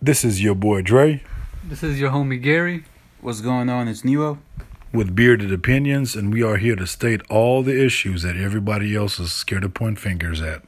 This is your boy Dre This is your homie Gary. What's going on? It's Nero. with Bearded Opinions, and we are here to state all the issues that everybody else is scared to point fingers at.